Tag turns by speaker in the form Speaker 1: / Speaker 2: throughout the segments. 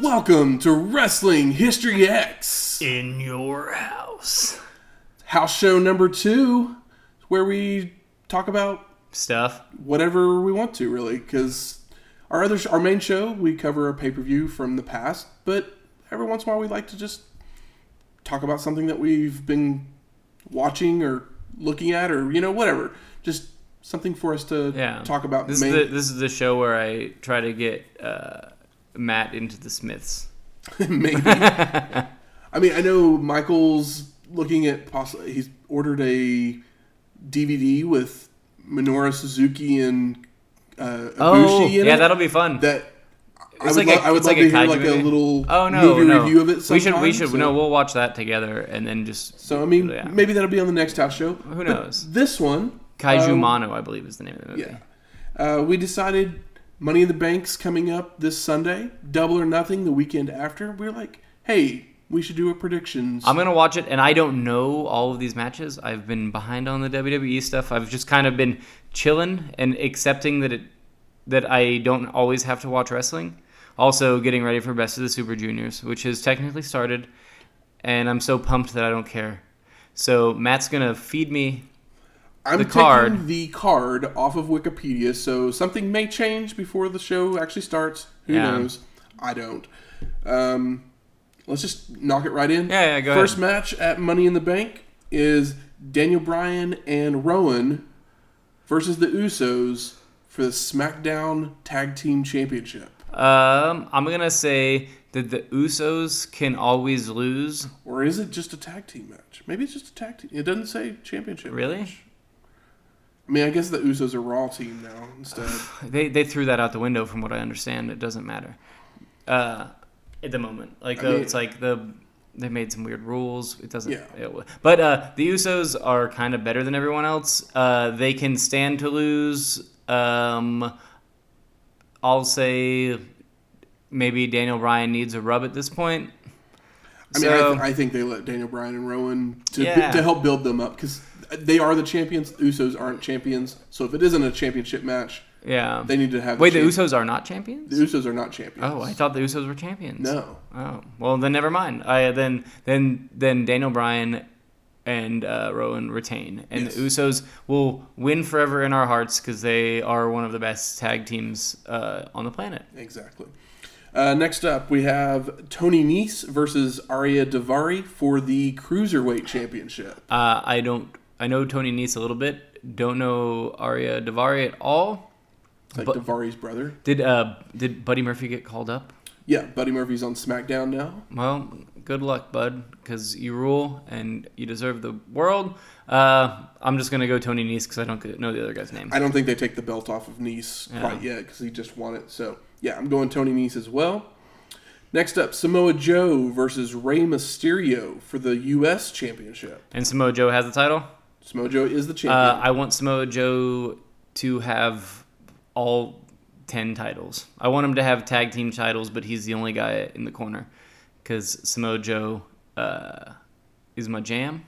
Speaker 1: Welcome to Wrestling History X,
Speaker 2: in your house
Speaker 1: house show number two, where we talk about
Speaker 2: stuff.
Speaker 1: whatever we want to, really. Because our other, sh- our main show, we cover a pay per view from the past, but every once in a while, we like to just talk about something that we've been watching or looking at, or you know, whatever. Just something for us to
Speaker 2: Yeah.
Speaker 1: talk about.
Speaker 2: This
Speaker 1: main-
Speaker 2: is the, this is the show where I try to get uh, Matt into the Smiths.
Speaker 1: Maybe. I mean, I know Michael's looking at possibly. He's ordered a DVD with Minoru Suzuki and uh, Ibushi in
Speaker 2: Oh, yeah,
Speaker 1: it.
Speaker 2: that'll be fun.
Speaker 1: that. I would,
Speaker 2: like
Speaker 1: lo-
Speaker 2: a-
Speaker 1: I would
Speaker 2: it's
Speaker 1: love
Speaker 2: like a
Speaker 1: to hear
Speaker 2: kaiju
Speaker 1: like a
Speaker 2: movie.
Speaker 1: little
Speaker 2: oh no,
Speaker 1: movie
Speaker 2: no.
Speaker 1: review of it. Sometime,
Speaker 2: we should we should
Speaker 1: so.
Speaker 2: no. We'll watch that together and then just
Speaker 1: So I mean,
Speaker 2: Yeah.
Speaker 1: maybe that'll be on the next house show.
Speaker 2: who knows.
Speaker 1: This one,
Speaker 2: Kaiju
Speaker 1: um,
Speaker 2: Mano, I believe, is the name of the movie.
Speaker 1: yeah. Uh, we decided Money in the Bank's coming up this Sunday. Double or Nothing the weekend after. We were like, hey, we should do a predictions.
Speaker 2: I'm gonna watch it, and I don't know all of these matches. I've been behind on the WWE stuff. I've just kind of been chilling and accepting that it that I don't always have to watch wrestling. Also, getting ready for Best of the Super Juniors, which has technically started, and I'm so pumped that I don't care. So Matt's gonna feed me.
Speaker 1: I'm
Speaker 2: the
Speaker 1: taking
Speaker 2: card.
Speaker 1: the card off of Wikipedia, so something may change before the show actually starts. Who
Speaker 2: Yeah.
Speaker 1: knows? I don't. Um, let's just knock it right in.
Speaker 2: Yeah, yeah, go
Speaker 1: First
Speaker 2: ahead.
Speaker 1: match at Money in the Bank is Daniel Bryan and Rowan versus the Usos for the SmackDown Tag Team Championship.
Speaker 2: Um, I'm gonna say that the Usos can always lose.
Speaker 1: Or is it just a tag team match? Maybe it's just a tag team. It doesn't say championship.
Speaker 2: Really?
Speaker 1: I mean, I guess the Usos are Raw team now instead.
Speaker 2: They they threw that out the window, from what I understand. It doesn't matter uh, at the moment. Like
Speaker 1: I
Speaker 2: the,
Speaker 1: mean-
Speaker 2: it's like the they made some weird rules. It doesn't.
Speaker 1: Yeah.
Speaker 2: it wa- but uh, the Usos are kind of better than everyone else. Uh, they can stand to lose. Um, I'll say maybe Daniel Bryan needs a rub at this point.
Speaker 1: I mean, I,
Speaker 2: So-
Speaker 1: th- I think they let Daniel Bryan and Rowan to,
Speaker 2: Yeah.
Speaker 1: to help build them up because they are the champions. The Usos aren't champions, so if it isn't a championship match,
Speaker 2: Yeah.
Speaker 1: they need to have.
Speaker 2: Wait,
Speaker 1: a
Speaker 2: the
Speaker 1: champ-
Speaker 2: Usos are not champions.
Speaker 1: The Usos are not champions.
Speaker 2: Oh, I thought the Usos were champions.
Speaker 1: no.
Speaker 2: Oh well, then never mind. I then then then Daniel Bryan and uh, Rowan retain, and the
Speaker 1: Yes.
Speaker 2: Usos will win forever in our hearts because they are one of the best tag teams uh, on the planet.
Speaker 1: Exactly. Uh, next up, we have Tony Nese versus Arya Davari for the Cruiserweight Championship.
Speaker 2: Uh, I don't. I know Tony Nese a little bit. Don't know Arya Davari at all.
Speaker 1: It's like
Speaker 2: But-
Speaker 1: Davari's brother.
Speaker 2: Did uh did Buddy Murphy get called up?
Speaker 1: Yeah, Buddy Murphy's on SmackDown now.
Speaker 2: Well, good luck, bud, because you rule and you deserve the world. Uh, I'm just gonna go Tony Nese because I don't know the other guy's name.
Speaker 1: I don't think they take the belt off of Nice quite yet because he just won it. So yeah, I'm going Tony Nice as well. Next up, Samoa Joe versus Rey Mysterio for the U.S. Championship.
Speaker 2: And Samoa Joe has the title.
Speaker 1: Samoa Joe is the
Speaker 2: Uh,
Speaker 1: champion.
Speaker 2: I want Samoa Joe to have all 10 titles. I want him to have tag team titles, but he's the only guy in the corner because Samoa Joe uh, is my jam.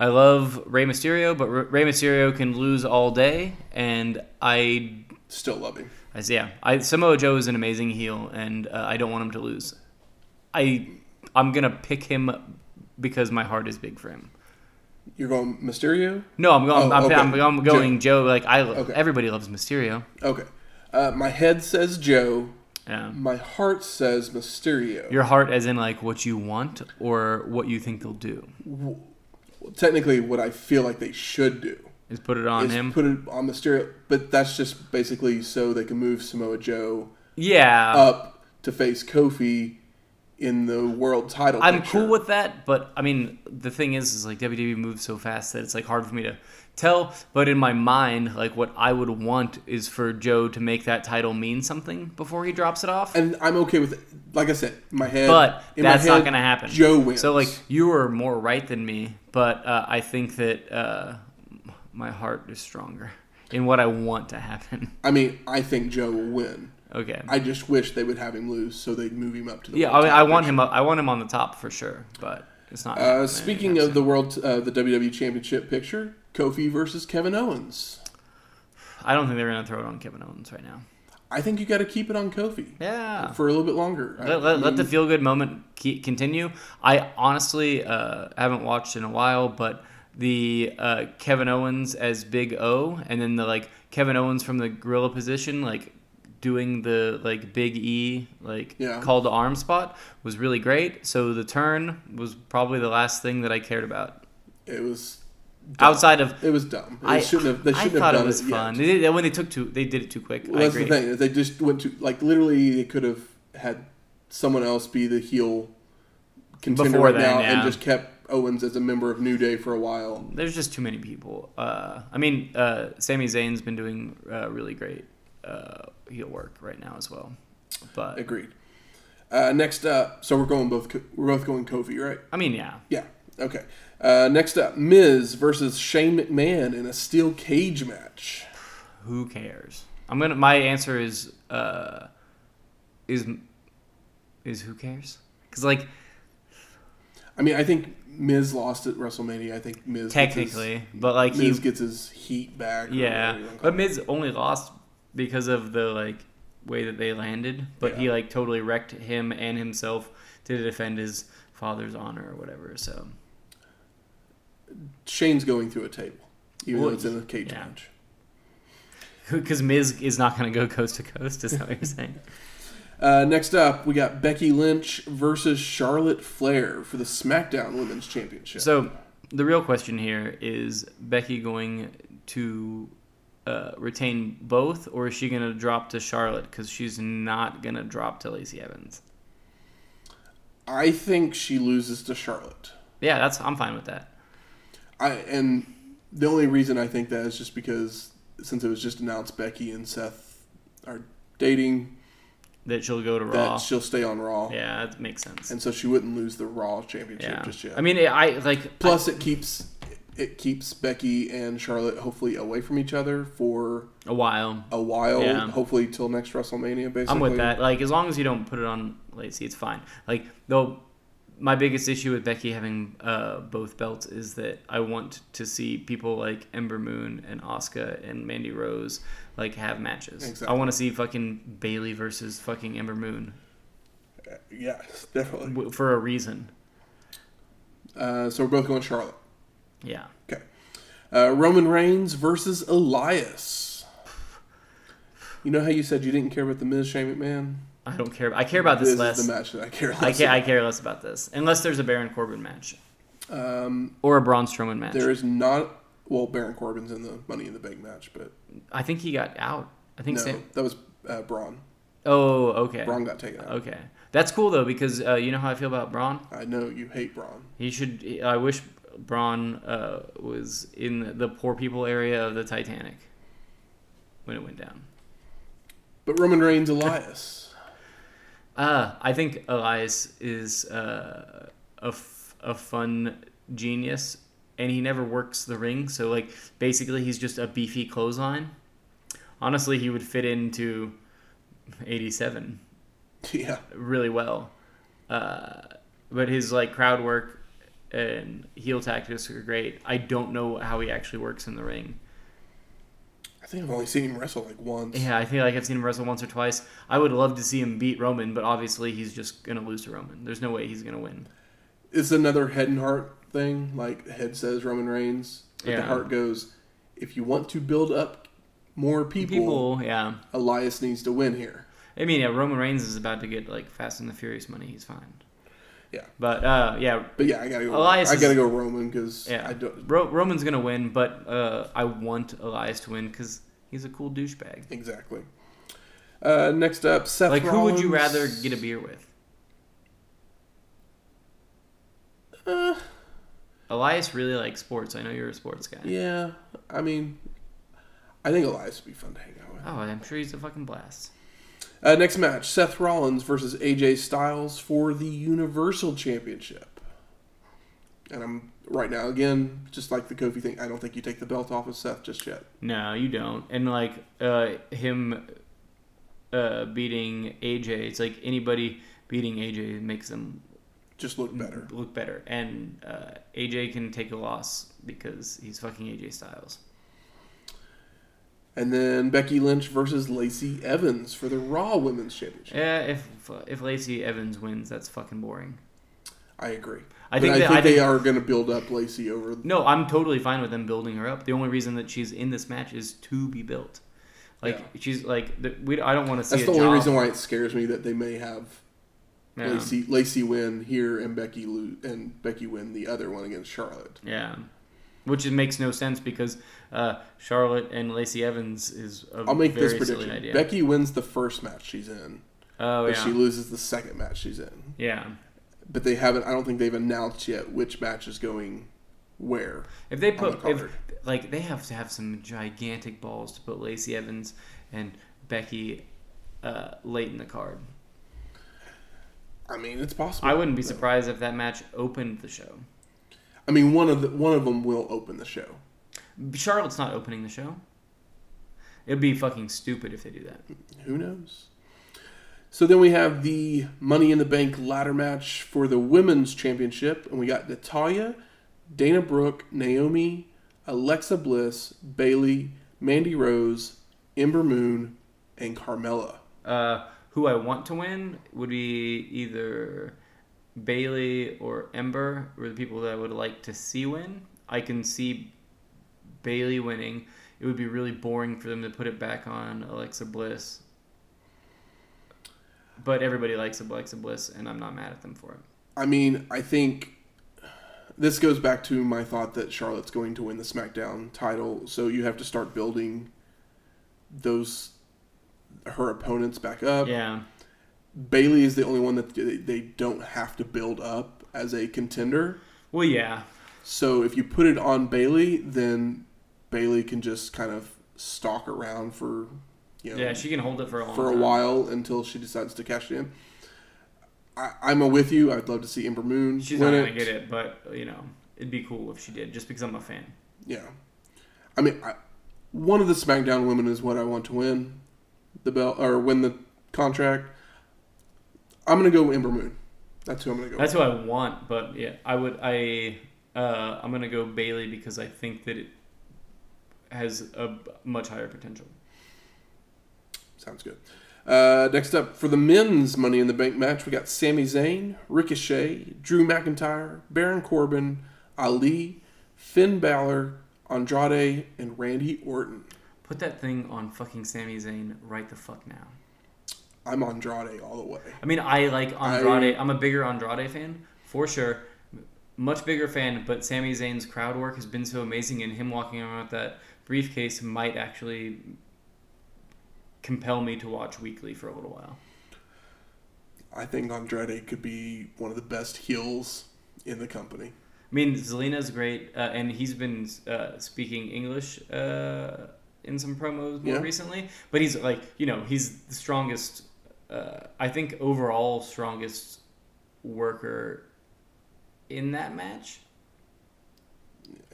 Speaker 2: I love Rey Mysterio, but Re- Rey Mysterio can lose all day, and I,
Speaker 1: Still love him.
Speaker 2: I yeah, I, Samoa Joe is an amazing heel, and uh, I don't want him to lose. I, I'm gonna pick him because my heart is big for him.
Speaker 1: You're going Mysterio.
Speaker 2: No, I'm going.
Speaker 1: Oh,
Speaker 2: I'm,
Speaker 1: okay.
Speaker 2: I'm, I'm going Joe. Like I,
Speaker 1: Okay.
Speaker 2: everybody loves Mysterio.
Speaker 1: Okay. Uh, my head says Joe.
Speaker 2: Yeah.
Speaker 1: My heart says Mysterio.
Speaker 2: Your heart, as in like what you want or what you think they'll do,
Speaker 1: Technically, what I feel like they should do
Speaker 2: is put it on
Speaker 1: is
Speaker 2: him.
Speaker 1: put it on Mysterio, but that's just basically so they can move Samoa Joe Oh,
Speaker 2: yeah,
Speaker 1: up to face Kofi in the world title.
Speaker 2: I'm
Speaker 1: picture.
Speaker 2: cool with that. But I mean, the thing is, is like WWE moves so fast that it's like hard for me to tell. But in my mind, like what I would want is for Joe to make that title mean something before he drops it off.
Speaker 1: and I'm okay with it. Like I said, my head.
Speaker 2: But
Speaker 1: in
Speaker 2: that's
Speaker 1: my
Speaker 2: not
Speaker 1: head,
Speaker 2: going to happen.
Speaker 1: Joe wins.
Speaker 2: So like you were more right than me, but uh, I think that uh, my heart is stronger in what I want to happen.
Speaker 1: I mean, I think Joe will win.
Speaker 2: okay.
Speaker 1: I just wish they would have him lose so they'd move him up to the.
Speaker 2: yeah, I,
Speaker 1: world
Speaker 2: mean, I
Speaker 1: title
Speaker 2: want
Speaker 1: picture.
Speaker 2: him. Up, I want him on the top for sure, but it's not.
Speaker 1: Uh, speaking of the world, uh, the WWE Championship picture, Kofi versus Kevin Owens.
Speaker 2: I don't think they're going to throw it on Kevin Owens right now.
Speaker 1: I think you got to keep it on Kofi
Speaker 2: Yeah.
Speaker 1: for a little bit longer. I
Speaker 2: Let, let, let the
Speaker 1: mean,
Speaker 2: feel good moment keep, continue. I honestly uh, haven't watched in a while, but the uh, Kevin Owens as Big O, and then the like Kevin Owens from the gorilla position, like doing the like Big E like
Speaker 1: Yeah.
Speaker 2: call to arm spot was really great. So the turn was probably the last thing that I cared about
Speaker 1: it was
Speaker 2: outside of.
Speaker 1: it was dumb. They
Speaker 2: I
Speaker 1: shouldn't have. They
Speaker 2: I
Speaker 1: shouldn't
Speaker 2: thought
Speaker 1: have done
Speaker 2: it was
Speaker 1: yet.
Speaker 2: fun. They did, when they took too, they did it too quick.
Speaker 1: Well,
Speaker 2: I
Speaker 1: that's
Speaker 2: agree.
Speaker 1: the thing. is They just went to like literally they could have had someone else be the heel contender
Speaker 2: Before
Speaker 1: right
Speaker 2: then,
Speaker 1: now
Speaker 2: yeah.
Speaker 1: and just kept Owens as a member of New Day for a while.
Speaker 2: There's just too many people. Uh, I mean, uh, Sami Zayn's been doing uh, really great uh, heel work right now as well. But
Speaker 1: Agreed. Uh, next up, so we're going both. Ko- We're both going Kofi, right?
Speaker 2: I mean, yeah,
Speaker 1: Yeah. Okay. Uh, next up, Miz versus Shane McMahon in a steel cage match.
Speaker 2: who cares? I'm gonna. My answer is uh, is is who cares? Because like
Speaker 1: I mean, I think Miz lost at WrestleMania. I think Miz
Speaker 2: technically, but like
Speaker 1: gets his, Miz
Speaker 2: he
Speaker 1: gets his heat back. or
Speaker 2: yeah.
Speaker 1: whatever you wanna call
Speaker 2: But
Speaker 1: it.
Speaker 2: Miz only lost because of the like way that they landed. But he
Speaker 1: Yeah.
Speaker 2: like totally wrecked him and himself to defend his father's honor or whatever. So.
Speaker 1: Shane's going through a table, even
Speaker 2: Well,
Speaker 1: though it's in a cage
Speaker 2: yeah.
Speaker 1: match.
Speaker 2: Because Miz is not going to go coast to coast, is that what you're saying?
Speaker 1: Uh, next up, we got Becky Lynch versus Charlotte Flair for the SmackDown Women's Championship.
Speaker 2: So the real question here is Becky going to uh, retain both, or is she going to drop to Charlotte? Because she's not going to drop to Lacey Evans.
Speaker 1: I think she loses to Charlotte.
Speaker 2: Yeah, that's I'm fine with that.
Speaker 1: I and the only reason I think that is just because since it was just announced Becky and Seth are dating,
Speaker 2: That she'll go to Raw.
Speaker 1: that she'll stay on Raw,
Speaker 2: yeah, that makes sense.
Speaker 1: and so she wouldn't lose the Raw championship
Speaker 2: Yeah,
Speaker 1: just yet.
Speaker 2: I mean, I like
Speaker 1: plus it keeps it keeps Becky and Charlotte hopefully away from each other for
Speaker 2: a while.
Speaker 1: a while,
Speaker 2: Yeah.
Speaker 1: hopefully till next WrestleMania. Basically,
Speaker 2: I'm with that. Like as long as you don't put it on Lacey, it's fine. Like though, my biggest issue with Becky having uh, both belts is that I want to see people like Ember Moon and Oscar and Mandy Rose like have matches. I
Speaker 1: Exactly.
Speaker 2: want to see fucking Bailey versus fucking Ember Moon
Speaker 1: Yes, definitely.
Speaker 2: w- for a reason.
Speaker 1: Uh, so we're both going Charlotte.
Speaker 2: Yeah,
Speaker 1: Okay. Uh, Roman Reigns versus Elias. You know how you said you didn't care about the Miz Shane McMahon?
Speaker 2: I don't care. I care about this,
Speaker 1: is
Speaker 2: less.
Speaker 1: the match that I care. Less
Speaker 2: I care. I care less about this unless there's a Baron Corbin match
Speaker 1: about. Um,
Speaker 2: or a Braun Strowman match.
Speaker 1: there is not. Well, Baron Corbin's in the Money in the Bank match, but
Speaker 2: I think he got out. I think.
Speaker 1: no,
Speaker 2: Sam-
Speaker 1: that was uh, Braun.
Speaker 2: oh, okay.
Speaker 1: Braun got taken out.
Speaker 2: Okay, that's cool though because uh, you know how I feel about Braun.
Speaker 1: I know you hate Braun.
Speaker 2: He should. I wish Braun uh, was in the poor people area of the Titanic when it went down.
Speaker 1: But Roman Reigns, Elias.
Speaker 2: Uh, I think Elias is uh, a, f- a fun genius, and he never works the ring. So like basically, he's just a beefy clothesline. Honestly, he would fit into eighty-seven.
Speaker 1: yeah.
Speaker 2: really well. Uh, but his like crowd work and heel tactics are great. I don't know how he actually works in the ring.
Speaker 1: I think I've only seen him wrestle like once.
Speaker 2: Yeah, I think like I've seen him wrestle once or twice. I would love to see him beat Roman, but obviously he's just gonna lose to Roman. There's no way he's gonna win.
Speaker 1: It's another head and heart thing. Like the head says Roman Reigns, but
Speaker 2: Yeah.
Speaker 1: the heart goes, if you want to build up more people,
Speaker 2: People, yeah.
Speaker 1: Elias needs to win here.
Speaker 2: I mean, yeah. Roman Reigns is about to get like Fast and the Furious money. He's fine.
Speaker 1: Yeah.
Speaker 2: But uh, yeah,
Speaker 1: But yeah, I gotta go.
Speaker 2: Elias
Speaker 1: I gotta
Speaker 2: is-
Speaker 1: go Roman because
Speaker 2: yeah.
Speaker 1: I don't
Speaker 2: Ro- Roman's gonna win, but uh, I want Elias to win because he's a cool douchebag.
Speaker 1: exactly. Uh, next up, Seth.
Speaker 2: Like, who would you
Speaker 1: Rollins.
Speaker 2: rather get a beer with?
Speaker 1: Uh,
Speaker 2: Elias really likes sports. I know you're a sports guy.
Speaker 1: yeah, I mean, I think Elias would be fun to hang out with.
Speaker 2: Oh, I'm sure he's a fucking blast.
Speaker 1: Uh, next match: Seth Rollins versus AJ Styles for the Universal Championship. And I'm right now again, just like the Kofi thing. I don't think you take the belt off of Seth just yet.
Speaker 2: No, you don't. And like uh, him uh, beating AJ, it's like anybody beating AJ makes them
Speaker 1: Just look better.
Speaker 2: look better. And uh, AJ can take a loss because he's fucking AJ Styles.
Speaker 1: And then Becky Lynch versus Lacey Evans for the Raw Women's Championship.
Speaker 2: Yeah, if if Lacey Evans wins, that's fucking boring.
Speaker 1: I agree.
Speaker 2: I
Speaker 1: But
Speaker 2: think,
Speaker 1: I
Speaker 2: that,
Speaker 1: think
Speaker 2: I
Speaker 1: they
Speaker 2: think-
Speaker 1: are going to build up Lacey over.
Speaker 2: No, I'm totally fine with them building her up. The only reason that she's in this match is to be built. Like
Speaker 1: Yeah.
Speaker 2: she's like the, we. I don't want to see.
Speaker 1: That's
Speaker 2: a
Speaker 1: the only
Speaker 2: job.
Speaker 1: reason why it scares me that they may have
Speaker 2: Yeah.
Speaker 1: Lacey Lacey win here and Becky lo- and Becky win the other one against Charlotte.
Speaker 2: Yeah. Which it makes no sense because uh, Charlotte and Lacey Evans is a
Speaker 1: I'll make
Speaker 2: very
Speaker 1: this prediction:
Speaker 2: silly idea.
Speaker 1: Becky wins the first match she's in,
Speaker 2: oh
Speaker 1: but
Speaker 2: yeah,
Speaker 1: she loses the second match she's in.
Speaker 2: yeah.
Speaker 1: But they haven't. I don't think they've announced yet which match is going where.
Speaker 2: If they
Speaker 1: the
Speaker 2: put if,
Speaker 1: card.
Speaker 2: like they have to have some gigantic balls to put Lacey Evans and Becky uh, late in the card.
Speaker 1: I mean, it's possible.
Speaker 2: I wouldn't be
Speaker 1: No.
Speaker 2: surprised if that match opened the show.
Speaker 1: I mean, one of the one of them will open the show.
Speaker 2: Charlotte's not opening the show. It'd be fucking stupid if they do that.
Speaker 1: Who knows? So then we have the Money in the Bank ladder match for the women's championship, and we got Natalia, Dana Brooke, Naomi, Alexa Bliss, Bailey, Mandy Rose, Ember Moon, and Carmella.
Speaker 2: Uh, who I want to win would be either Bailey or Ember, were the people that I would like to see win. I can see Bailey winning. It would be really boring for them to put it back on Alexa Bliss. But everybody likes Alexa Bliss, and I'm not mad at them for it.
Speaker 1: I mean, I think this goes back to my thought that Charlotte's going to win the SmackDown title, so you have to start building those her opponents back up.
Speaker 2: Yeah,
Speaker 1: Bailey is the only one that they- they don't have to build up as a contender.
Speaker 2: well, yeah,
Speaker 1: So if you put it on Bailey, then Bailey can just kind of stalk around for you know
Speaker 2: yeah. She can hold it for a long
Speaker 1: for a
Speaker 2: time.
Speaker 1: while until she decides to cash it in. I, I'm a with you. I'd love to see Ember Moon
Speaker 2: She's
Speaker 1: win
Speaker 2: not gonna
Speaker 1: it.
Speaker 2: get it, but you know, it'd be cool if she did, just because I'm a fan.
Speaker 1: Yeah, I mean, I, one of the SmackDown women is what I want to win the belt or win the contract. I'm gonna go with Ember Moon. That's who I'm gonna go. with.
Speaker 2: That's who I want, but yeah, I would. I uh, I'm gonna go Bailey because I think that it has a b- much higher potential.
Speaker 1: Sounds good. Uh, next up for the men's Money in the Bank match, we got Sami Zayn, Ricochet, Drew McIntyre, Baron Corbin, Ali, Finn Balor, Andrade, and Randy Orton.
Speaker 2: Put that thing on fucking Sami Zayn right the fuck now.
Speaker 1: I'm Andrade all the way.
Speaker 2: I mean, I like Andrade. I, am a bigger Andrade fan for sure, M- much bigger fan. But Sami Zayn's crowd work has been so amazing, and him walking around with that briefcase might actually compel me to watch weekly for a little while.
Speaker 1: I think Andrade could be one of the best heels in the company.
Speaker 2: I mean, Zelina's great, uh, and he's been uh, speaking English uh, in some promos more
Speaker 1: Yeah.
Speaker 2: recently. But he's like, you know, he's the strongest. Uh, I think overall strongest worker in that match.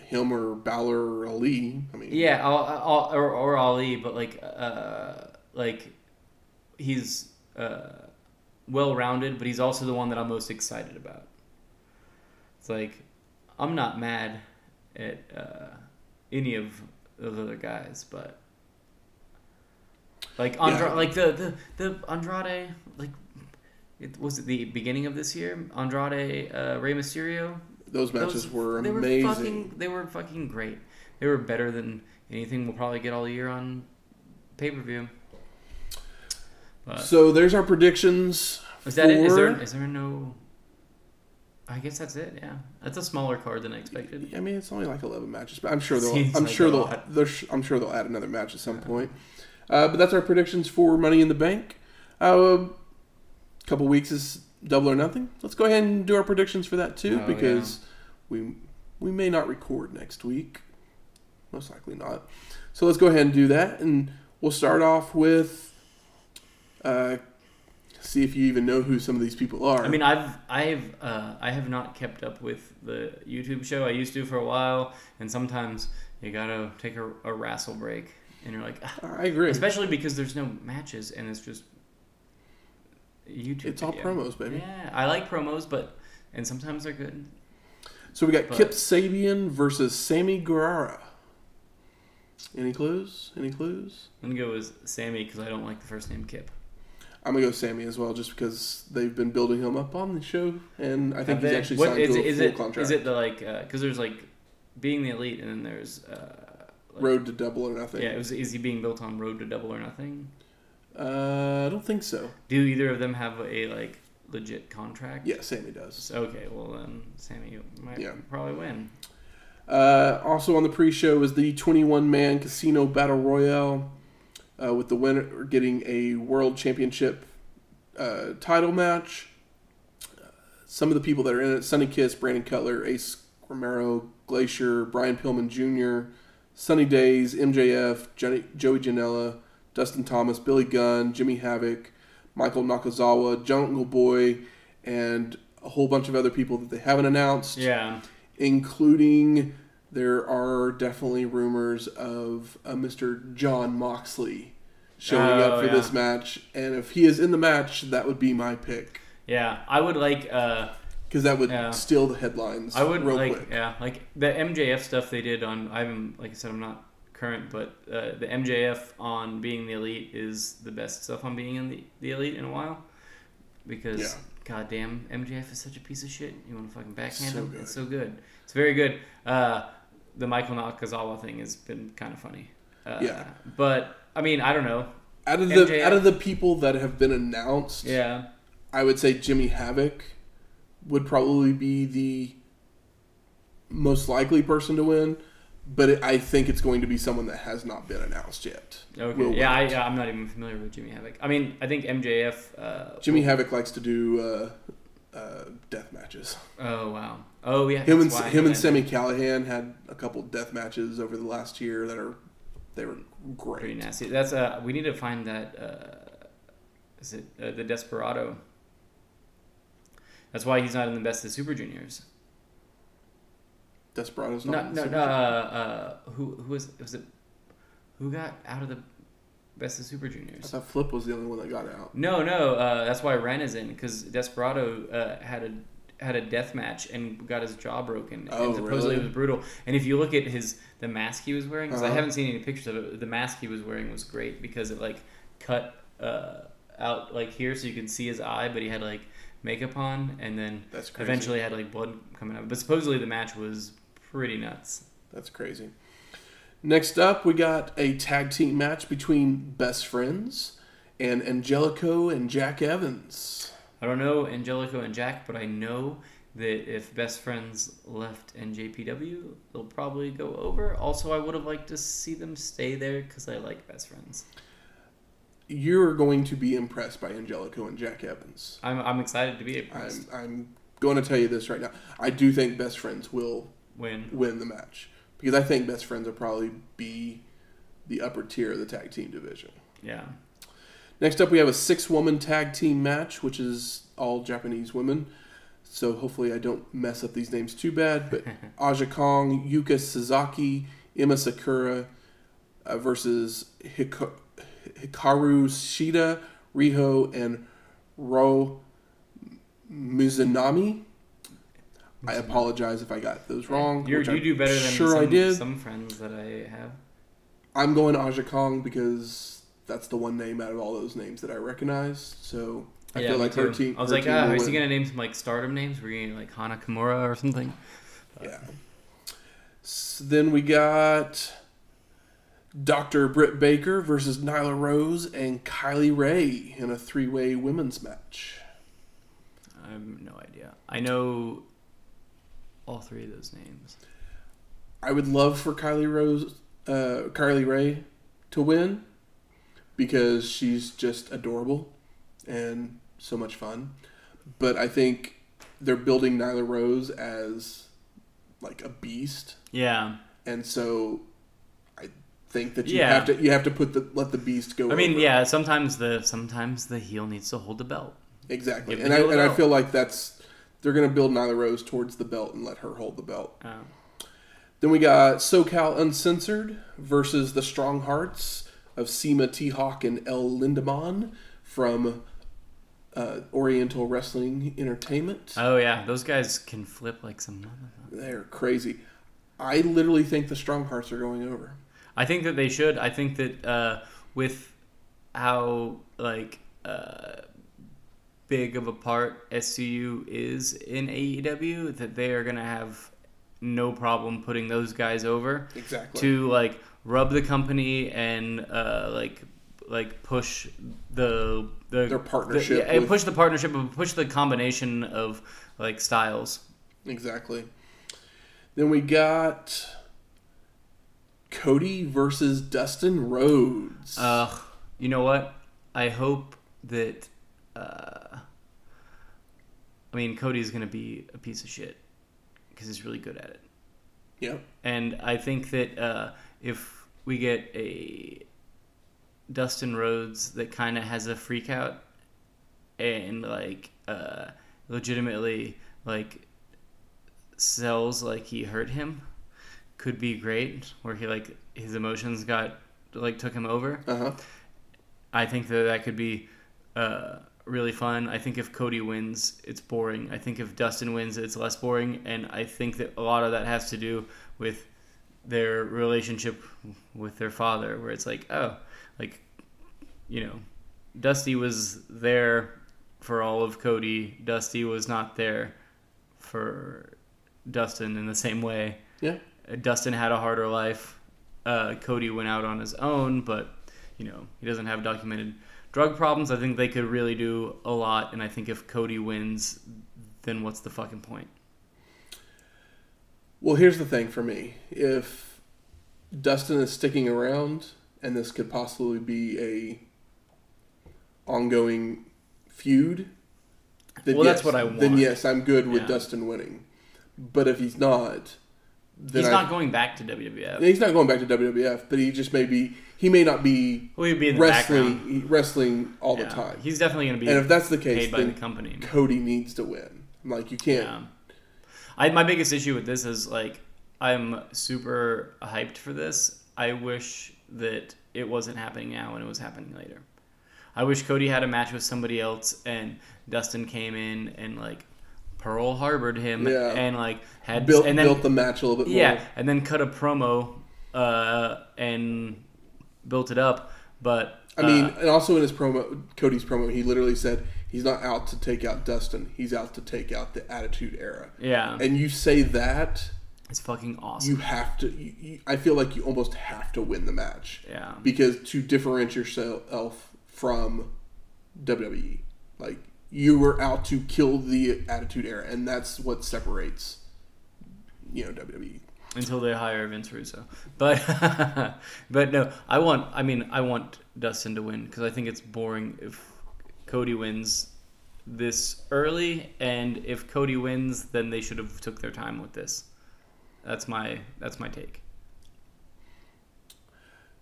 Speaker 1: Him or Balor or Ali. I mean,
Speaker 2: Yeah, I'll, I'll, or, or Ali, but like, uh, like he's uh, well rounded, but he's also the one that I'm most excited about. It's like I'm not mad at uh, any of those other guys, but like Andra-
Speaker 1: Yeah.
Speaker 2: like the, the the Andrade, like it was it the beginning of this year, Andrade uh, Rey Mysterio
Speaker 1: those matches
Speaker 2: those-
Speaker 1: were
Speaker 2: they
Speaker 1: amazing.
Speaker 2: Were fucking, they were fucking great. They were better than anything we'll probably get all year on pay per view. But
Speaker 1: so there's our predictions.
Speaker 2: is that it? Is there
Speaker 1: for-
Speaker 2: is there no? I guess that's it. Yeah, that's a smaller card than I expected.
Speaker 1: I mean, it's only like eleven matches, but I'm sure they'll.
Speaker 2: Seems
Speaker 1: I'm
Speaker 2: like
Speaker 1: sure
Speaker 2: a
Speaker 1: they'll.
Speaker 2: lot.
Speaker 1: they're sh- I'm sure they'll add another match at some point. Uh, but that's our predictions for Money in the Bank. Uh, couple weeks is double or nothing. Let's go ahead and do our predictions for that too,
Speaker 2: Oh,
Speaker 1: because we we may not record next week, most likely not. So let's go ahead and do that, and we'll start off with. Uh, see if you even know who some of these people are.
Speaker 2: I mean, I've I've uh, I have not kept up with the YouTube show. I used to for a while, and sometimes you gotta take a, a wrestle break, and you're like, "Ah."
Speaker 1: I agree.
Speaker 2: especially because there's no matches and it's just YouTube.
Speaker 1: It's all
Speaker 2: video.
Speaker 1: promos, baby.
Speaker 2: Yeah, I like promos, but and sometimes they're good.
Speaker 1: So we got
Speaker 2: But-
Speaker 1: Kip Sabian versus Sammy Guerrera Any clues? Any clues?
Speaker 2: I'm gonna go with Sammy because I don't like the first name Kip.
Speaker 1: I'm gonna go Sammy as well, just because they've been building him up on the show, and I think
Speaker 2: Have
Speaker 1: he's
Speaker 2: they-
Speaker 1: actually
Speaker 2: what-
Speaker 1: signed
Speaker 2: is
Speaker 1: to a
Speaker 2: it- is
Speaker 1: full
Speaker 2: it-
Speaker 1: contract.
Speaker 2: Is it the like because there's like being the elite and then there's uh, like-
Speaker 1: Road to Double or Nothing?
Speaker 2: Yeah, it was, is he being built on Road to Double or Nothing?
Speaker 1: Uh, I don't think so.
Speaker 2: Do either of them have a like legit contract?
Speaker 1: Yeah, Sammy does.
Speaker 2: So- Okay, well then Sammy might
Speaker 1: Yeah.
Speaker 2: probably win.
Speaker 1: Uh, also on the pre-show is the 21-man casino battle royale, uh, with the winner getting a world championship uh, title match. Uh, Some of the people that are in it: Sonny Kiss, Brandon Cutler, Ace Romero, Glacier, Brian Pillman Jr., Sunny Days, MJF, Johnny, Joey Janela, Dustin Thomas, Billy Gunn, Jimmy Havoc, Michael Nakazawa, Jungle Boy, and a whole bunch of other people that they haven't announced
Speaker 2: Yeah,
Speaker 1: including there are definitely rumors of a Mr. John Moxley showing up
Speaker 2: Oh,
Speaker 1: for
Speaker 2: yeah.
Speaker 1: this match, and if he is in the match, that would be my pick
Speaker 2: yeah. I would like. Uh,
Speaker 1: because that would
Speaker 2: Yeah.
Speaker 1: steal the headlines.
Speaker 2: I would
Speaker 1: real
Speaker 2: like.
Speaker 1: quick.
Speaker 2: Yeah, like the MJF stuff they did on. I haven't like I said I'm not current, but uh, the MJF on being the elite is the best stuff on being in the, the elite in a while. Because
Speaker 1: Yeah.
Speaker 2: goddamn, MJF is such a piece of shit. You want to fucking backhand
Speaker 1: So
Speaker 2: him?
Speaker 1: good.
Speaker 2: It's so good. It's very good. Uh, the Michael Nakazawa thing has been kind of funny. Uh,
Speaker 1: Yeah.
Speaker 2: But I mean, I don't know.
Speaker 1: Out of the
Speaker 2: MJF.
Speaker 1: out of the people that have been announced,
Speaker 2: Yeah.
Speaker 1: I would say Jimmy Havoc would probably be the most likely person to win, but it, I think it's going to be someone that has not been announced yet.
Speaker 2: Okay.
Speaker 1: Will
Speaker 2: yeah, I,
Speaker 1: Wheat.
Speaker 2: I'm not even familiar with Jimmy Havoc. I mean, I think MJF. Uh,
Speaker 1: Jimmy Havoc likes to do uh, uh, death matches.
Speaker 2: Oh wow. Oh yeah.
Speaker 1: Him and
Speaker 2: that's why I
Speaker 1: him and
Speaker 2: know that.
Speaker 1: Sammy Callahan had a couple death matches over the last year that are they were great.
Speaker 2: Pretty nasty. That's uh. We need to find that. Uh, is it uh, the Desperado? That's why he's not in the best of Super Juniors.
Speaker 1: Desperados.
Speaker 2: No,
Speaker 1: not
Speaker 2: no,
Speaker 1: so
Speaker 2: no. Uh,
Speaker 1: much.
Speaker 2: uh, who who was was it? Who got out of the best of Super
Speaker 1: I
Speaker 2: Juniors?
Speaker 1: thought Flip was the only one that got out.
Speaker 2: No, no. Uh, that's why Ren is in because Desperado uh, had a had a death match and got his jaw broken.
Speaker 1: Oh,
Speaker 2: and supposedly
Speaker 1: really?
Speaker 2: it was brutal. And if you look at his the mask he was wearing, because I
Speaker 1: Uh-huh.
Speaker 2: haven't seen any pictures of it, the mask he was wearing was great because it like cut uh, out like here so you could see his eye, but he had like makeup on, and then
Speaker 1: That's crazy.
Speaker 2: eventually had like blood coming out. But supposedly the match was pretty nuts.
Speaker 1: That's crazy. Next up, we got a tag team match between Best Friends and Angelico and Jack Evans.
Speaker 2: I don't know Angelico and Jack, but I know that if best friends left NJPW, they'll probably go over. Also, I would have liked to see them stay there because I like best friends.
Speaker 1: You're going to be impressed by Angelico and Jack Evans.
Speaker 2: I'm, I'm excited to be impressed.
Speaker 1: I'm, I'm going to tell you this right now. I do think Best Friends will
Speaker 2: Win.
Speaker 1: win the match because I think Best Friends will probably be the upper tier of the tag team division.
Speaker 2: Yeah.
Speaker 1: Next up, we have a six woman tag team match, which is all Japanese women. So hopefully, I don't mess up these names too bad. But Aja Kong, Yuka Sasaki, Emma Sakura uh, versus Hiko- Hikaru Shida, Riho, and Ro Mizunami. I apologize if I got those wrong.
Speaker 2: You're,
Speaker 1: which
Speaker 2: you
Speaker 1: I'm
Speaker 2: do better than
Speaker 1: sure
Speaker 2: some,
Speaker 1: I did.
Speaker 2: some friends that I have.
Speaker 1: I'm going Aja Kong because that's the one name out of all those names that I recognize. So I
Speaker 2: Yeah,
Speaker 1: feel
Speaker 2: me
Speaker 1: like her
Speaker 2: too.
Speaker 1: team.
Speaker 2: I was
Speaker 1: her
Speaker 2: like,
Speaker 1: team
Speaker 2: ah,
Speaker 1: will
Speaker 2: is he
Speaker 1: win.
Speaker 2: going to name some like stardom names? Were you gonna, like Hana Kimura or something?
Speaker 1: Yeah. S then we got Dr. Britt Baker versus Nyla Rose and Kylie Ray in a three-way women's match.
Speaker 2: I have no idea. I know all three of those names.
Speaker 1: I would love for Kylie Rose, uh, Kylie Ray, to win because she's just adorable and so much fun. But I think they're building Nyla Rose as like a beast,
Speaker 2: Yeah.
Speaker 1: and so I think that you
Speaker 2: Yeah.
Speaker 1: have to you have to put the let the beast go.
Speaker 2: I mean,
Speaker 1: over.
Speaker 2: yeah. Sometimes the sometimes the heel needs to hold the belt.
Speaker 1: exactly.
Speaker 2: Give
Speaker 1: And
Speaker 2: the
Speaker 1: I
Speaker 2: heel
Speaker 1: and I
Speaker 2: belt.
Speaker 1: feel like that's they're gonna build Nyla Rose towards the belt and let her hold the belt.
Speaker 2: Uh,
Speaker 1: Then we got SoCal Uncensored versus the Strong Hearts of Seema T Hawk and L Lindemann from uh, Oriental Wrestling Entertainment.
Speaker 2: oh yeah, those guys can flip like some. motherfucker.
Speaker 1: They're crazy. I literally think the Strong Hearts are going over.
Speaker 2: I think that they should. I think that uh, with how like uh, big of a part SCU is in AEW, that they are gonna have no problem putting those guys over
Speaker 1: Exactly.
Speaker 2: to like rub the company and uh, like like push the the
Speaker 1: Their partnership
Speaker 2: the- yeah, and
Speaker 1: with-
Speaker 2: push the partnership and push the combination of like styles.
Speaker 1: Exactly. Then we got Cody versus Dustin Rhodes.
Speaker 2: Uh, you know what? I hope that. Uh, I mean, Cody's gonna be a piece of shit because he's really good at it,
Speaker 1: yep.
Speaker 2: and I think that uh, if we get a Dustin Rhodes that kind of has a freak out and like uh, legitimately like sells like he hurt him could be great where he like his emotions got like took him over
Speaker 1: Uh huh.
Speaker 2: I think that that could be uh, really fun. I think if Cody wins, it's boring. I think if Dustin wins, it's less boring. And I think that a lot of that has to do with their relationship with their father, where it's like, oh, like, you know, Dusty was there for all of Cody, Dusty was not there for Dustin in the same way.
Speaker 1: Yeah.
Speaker 2: Uh, Dustin had a harder life. Uh, Cody went out on his own, but you know he doesn't have documented drug problems. I think they could really do a lot, and I think if Cody wins, then what's the fucking point?
Speaker 1: Well, here's the thing for me. If Dustin is sticking around, and this could possibly be a ongoing feud, then
Speaker 2: Well, that's
Speaker 1: yes-
Speaker 2: what I
Speaker 1: Then
Speaker 2: want.
Speaker 1: yes, I'm good with
Speaker 2: Yeah.
Speaker 1: Dustin winning. But if he's not, then
Speaker 2: He's
Speaker 1: I,
Speaker 2: not going back to WWF.
Speaker 1: he's not going back to WWF. But he just may be. He may not be
Speaker 2: Well, he'd be in the background
Speaker 1: wrestling wrestling all
Speaker 2: Yeah.
Speaker 1: the time.
Speaker 2: He's definitely going to be
Speaker 1: and if that's the case,
Speaker 2: paid by the
Speaker 1: then
Speaker 2: company.
Speaker 1: Cody needs to win. I'm like, you can't.
Speaker 2: Yeah. I my biggest issue with this is like I'm super hyped for this. I wish that it wasn't happening now and it was happening later. I wish Cody had a match with somebody else and Dustin came in and like Pearl harbored him
Speaker 1: Yeah.
Speaker 2: and like had
Speaker 1: Built,
Speaker 2: and then
Speaker 1: built the match a little bit
Speaker 2: yeah,
Speaker 1: more.
Speaker 2: and then cut a promo uh, and built it up. But
Speaker 1: I
Speaker 2: uh,
Speaker 1: mean, and also in his promo, Cody's promo, he literally said he's not out to take out Dustin. He's out to take out the Attitude Era.
Speaker 2: yeah,
Speaker 1: And you say that,
Speaker 2: it's fucking awesome.
Speaker 1: you have to. You, you, I feel like you almost have to win the match
Speaker 2: yeah,
Speaker 1: because to differentiate yourself from WWE, like you were out to kill the Attitude Era, and that's what separates, you know, E. WWE.
Speaker 2: until they hire Vince Russo. But but no, I want. I mean, I want Dustin to win because I think it's boring if Cody wins this early, and if Cody wins, then they should have took their time with this. That's my that's my take.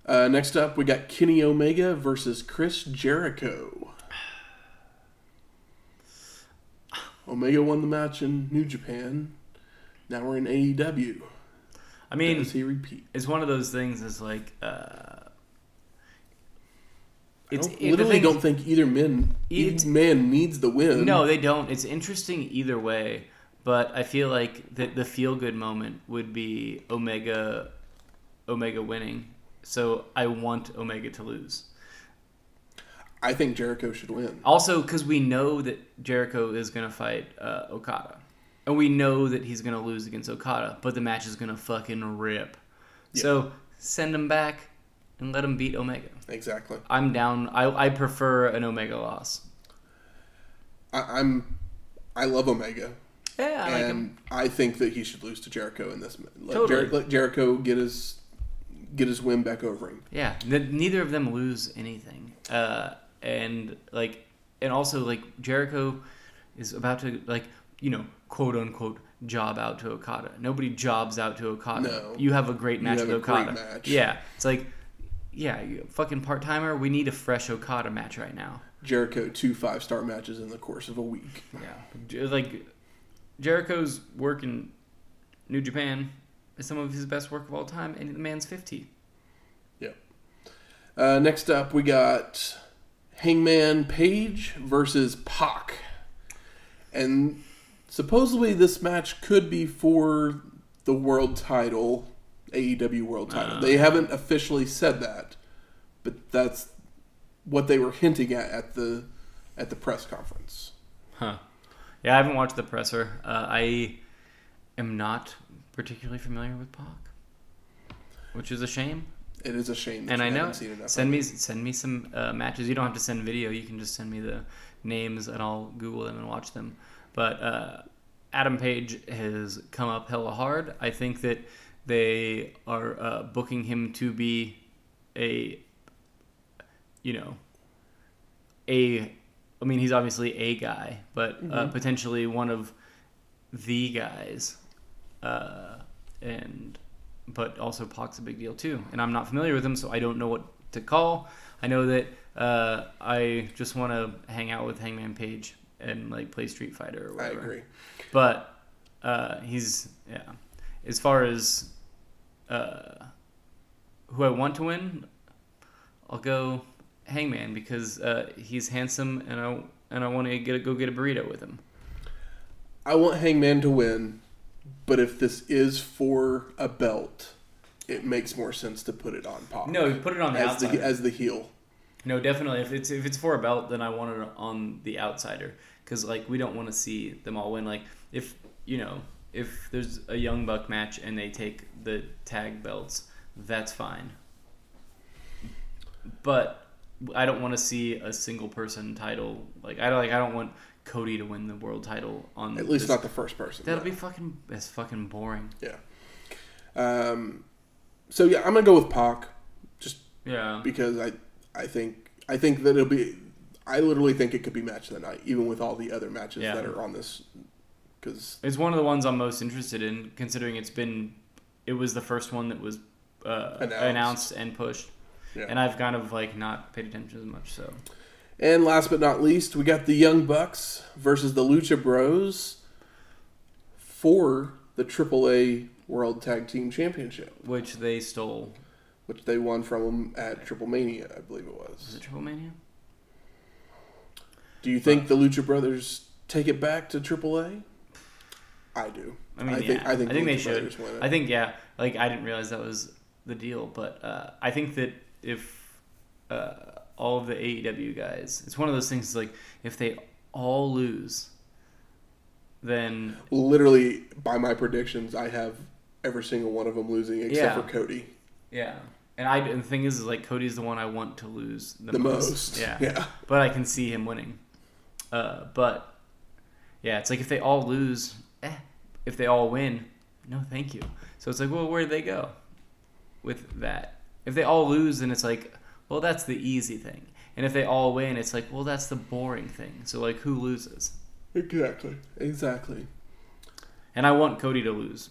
Speaker 1: Uh, next up, we got Kenny Omega versus Chris Jericho. Omega won the match in New Japan. Now we're in AEW.
Speaker 2: I mean,
Speaker 1: Does he repeat?
Speaker 2: it's one of those things. Is like. Uh, it's
Speaker 1: I don't-
Speaker 2: it- the
Speaker 1: literally
Speaker 2: thing-
Speaker 1: don't think either man
Speaker 2: It's-
Speaker 1: either man needs the win.
Speaker 2: No, they don't. It's interesting either way, but I feel like the, the feel good moment would be Omega Omega winning. So I want Omega to lose.
Speaker 1: I think Jericho should win.
Speaker 2: Also, because we know that Jericho is going to fight uh, Okada. And we know that he's going to lose against Okada, but the match is going to fucking rip. So send him back and let him beat Omega.
Speaker 1: Exactly.
Speaker 2: I'm down. I, I prefer an Omega loss.
Speaker 1: I, I'm. I love Omega,
Speaker 2: Yeah, I like him.
Speaker 1: and I think that he should lose to Jericho in this. ma- Let,
Speaker 2: Totally.
Speaker 1: Jer- let Jericho get his get his win back over him.
Speaker 2: Yeah, n- neither of them lose anything, uh, and like, and also like Jericho is about to like you know quote unquote job out to Okada. Nobody jobs out to Okada.
Speaker 1: No.
Speaker 2: You have a great match
Speaker 1: have
Speaker 2: with
Speaker 1: a great
Speaker 2: Okada.
Speaker 1: match.
Speaker 2: Yeah, it's like yeah, you fucking part timer. We need a fresh Okada match right now.
Speaker 1: Jericho two five star matches in the course of a week.
Speaker 2: Yeah, J- like Jericho's work in New Japan is some of his best work of all time, and the man's fifty.
Speaker 1: Uh, next up, we got Hangman Page versus Pac, and supposedly this match could be for the world title AEW World
Speaker 2: Uh.
Speaker 1: Title. they haven't officially said that, but that's what they were hinting at at the at the press conference.
Speaker 2: Huh. Yeah, I haven't watched the presser. Uh, I am not particularly familiar with Pac, which is a shame.
Speaker 1: It is a shame. That
Speaker 2: And
Speaker 1: you
Speaker 2: I know.
Speaker 1: haven't seen enough
Speaker 2: Send
Speaker 1: of
Speaker 2: me
Speaker 1: it.
Speaker 2: send me some uh, matches. You don't have to send video. You can just send me the names, and I'll Google them and watch them. But uh, Adam Page has come up hella hard. I think that they are uh, booking him to be a, you know, a. I mean, he's obviously a guy, but uh, potentially one of the guys. Uh, and but also Pac's a big deal too. And I'm not familiar with him, so I don't know what to call. I know that uh, I just want to hang out with Hangman Page and like play Street Fighter or
Speaker 1: I
Speaker 2: whatever.
Speaker 1: agree.
Speaker 2: But uh, he's yeah. As far as uh, who I want to win, I'll go Hangman because uh, he's handsome and I and I want to get a, go get a burrito with him.
Speaker 1: I want Hangman to win, but if this is for a belt, it makes more sense to put it on Pac.
Speaker 2: No, put it on the
Speaker 1: as
Speaker 2: outside.
Speaker 1: the as the heel.
Speaker 2: No, definitely. If it's if it's for a belt, then I want it on the outsider because like we don't want to see them all win. Like if you know if there's a young buck match and they take the tag belts, that's fine. But I don't want to see a single person title. Like I don't like I don't want Cody to win the world title on
Speaker 1: At least
Speaker 2: this-
Speaker 1: not the first person.
Speaker 2: That'll be fucking. That's fucking boring.
Speaker 1: Um, so yeah, I'm gonna go with Pac, just
Speaker 2: Yeah.
Speaker 1: because I I think I think that it'll be. I literally think it could be match of the night, even with all the other matches
Speaker 2: Yeah.
Speaker 1: that are on this. Because
Speaker 2: It's one of the ones I'm most interested in, considering it's been, it was the first one that was uh,
Speaker 1: Announced.
Speaker 2: announced. and pushed,
Speaker 1: Yeah.
Speaker 2: and I've kind of like not paid attention as much. So
Speaker 1: and last but not least, we got the Young Bucks versus the Lucha Bros for the AAA World Tag Team Championship,
Speaker 2: which they stole
Speaker 1: which they won from them at Triple Mania, I believe it
Speaker 2: was
Speaker 1: was.
Speaker 2: it Triple Mania?
Speaker 1: Do you think the Lucha Brothers take it back to AAA? I do.
Speaker 2: I mean, yeah,
Speaker 1: think I think,
Speaker 2: I think
Speaker 1: the
Speaker 2: they
Speaker 1: Lucha
Speaker 2: should.
Speaker 1: Brothers win it.
Speaker 2: I think yeah, like I didn't realize that was the deal, but uh, I think that if uh, all of the AEW guys, it's one of those things like if they all lose, then
Speaker 1: literally by my predictions i have every single one of them losing except
Speaker 2: Yeah.
Speaker 1: for cody
Speaker 2: yeah. And I and the thing is, is like Cody's the one I want to lose the,
Speaker 1: the, most
Speaker 2: Yeah.
Speaker 1: yeah
Speaker 2: but I can see him winning. Uh, but yeah, it's like if they all lose, eh. if they all win, no, thank you. So it's like, well, where do they go with that? If they all lose, then it's like, well, that's the easy thing. And if they all win, it's like, well, that's the boring thing. So like, who loses?
Speaker 1: exactly exactly
Speaker 2: And I want Cody to lose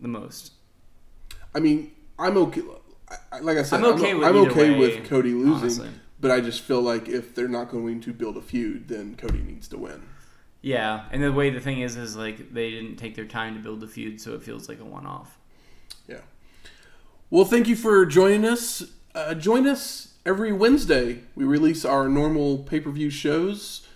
Speaker 2: the most.
Speaker 1: i mean i'm okay I- I, like i said
Speaker 2: I'm okay with
Speaker 1: i'm
Speaker 2: either
Speaker 1: okay
Speaker 2: way,
Speaker 1: with cody losing
Speaker 2: honestly.
Speaker 1: but i just feel like if they're not going to build a feud then cody needs to win
Speaker 2: Yeah, and the way the thing is is like they didn't take their time to build the feud, so it feels like a one-off.
Speaker 1: yeah well thank you for joining us uh, join us every wednesday we release our normal pay-per-view shows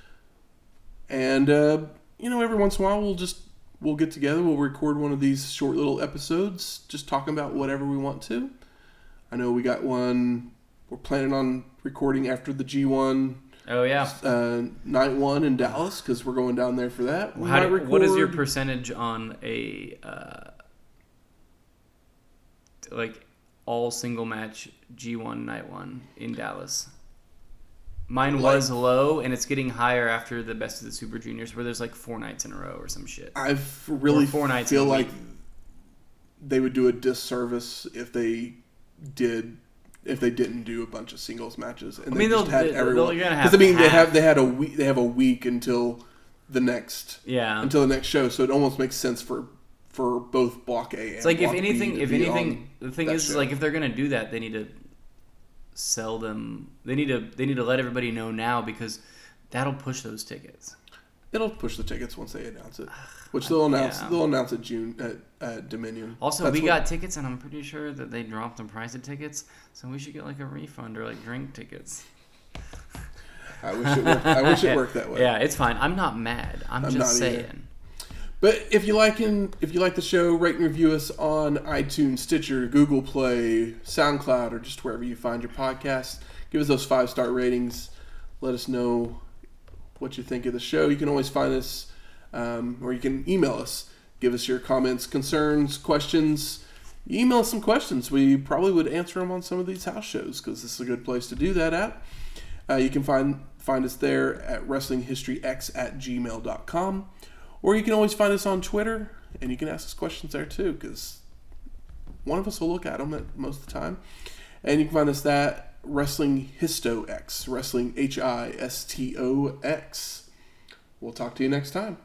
Speaker 1: and uh, you know every once in a while we'll just we'll get together we'll record one of these short little episodes just talking about whatever we want to i know we got one we're planning on recording after the g1
Speaker 2: Oh yeah.
Speaker 1: uh, night one in dallas because we're going down there for that We
Speaker 2: How
Speaker 1: might
Speaker 2: do, what is your
Speaker 1: record-
Speaker 2: percentage on a uh, like all single match G one night one in Dallas? Mine
Speaker 1: Like-
Speaker 2: was low, and it's getting higher after the best of the Super Juniors, where there's like four nights in a row or some shit.
Speaker 1: I've really
Speaker 2: Or four nights
Speaker 1: feel
Speaker 2: in a
Speaker 1: like
Speaker 2: week.
Speaker 1: they would do a disservice if they did if they didn't do a bunch of singles matches and
Speaker 2: I
Speaker 1: they
Speaker 2: mean,
Speaker 1: just
Speaker 2: they'll-
Speaker 1: had
Speaker 2: they'll-
Speaker 1: everyone
Speaker 2: they're gonna
Speaker 1: I
Speaker 2: have
Speaker 1: mean they
Speaker 2: half.
Speaker 1: have they had a week they have a week until the next
Speaker 2: Yeah,
Speaker 1: until the next show so it almost makes sense for for both block A and
Speaker 2: it's like if
Speaker 1: Block B
Speaker 2: anything,
Speaker 1: to
Speaker 2: if
Speaker 1: be
Speaker 2: anything, the thing
Speaker 1: that
Speaker 2: is, is
Speaker 1: show.
Speaker 2: like if they're gonna do that, they need to sell them. They need to they need to let everybody know now because that'll push those tickets.
Speaker 1: on- it'll push the tickets once they announce it which they'll announce
Speaker 2: yeah.
Speaker 1: they'll announce it June at, at Dominion
Speaker 2: Also,
Speaker 1: That's
Speaker 2: we
Speaker 1: what-
Speaker 2: got tickets, and I'm pretty sure that they dropped the price of tickets, so we should get like a refund or like drink tickets.
Speaker 1: I wish it worked I wish it worked that way
Speaker 2: Yeah, it's fine. I'm not mad. I'm,
Speaker 1: I'm
Speaker 2: just
Speaker 1: not either.
Speaker 2: saying.
Speaker 1: But if you like in, if you like the show, rate and review us on iTunes, Stitcher, Google Play, SoundCloud, or just wherever you find your podcasts. Give us those five star ratings. Let us know what you think of the show. You can always find us, um, or you can email us. Give us your comments, concerns, questions. Email us some questions. We probably would answer them on some of these house shows because this is a good place to do that at. Uh, you can find find us there at wrestlinghistoryx at gmail.com. Or you can always find us on Twitter and you can ask us questions there too because one of us will look at them at most of the time. And you can find us that Wrestling Histo X, Wrestling H I S T O X. We'll talk to you next time.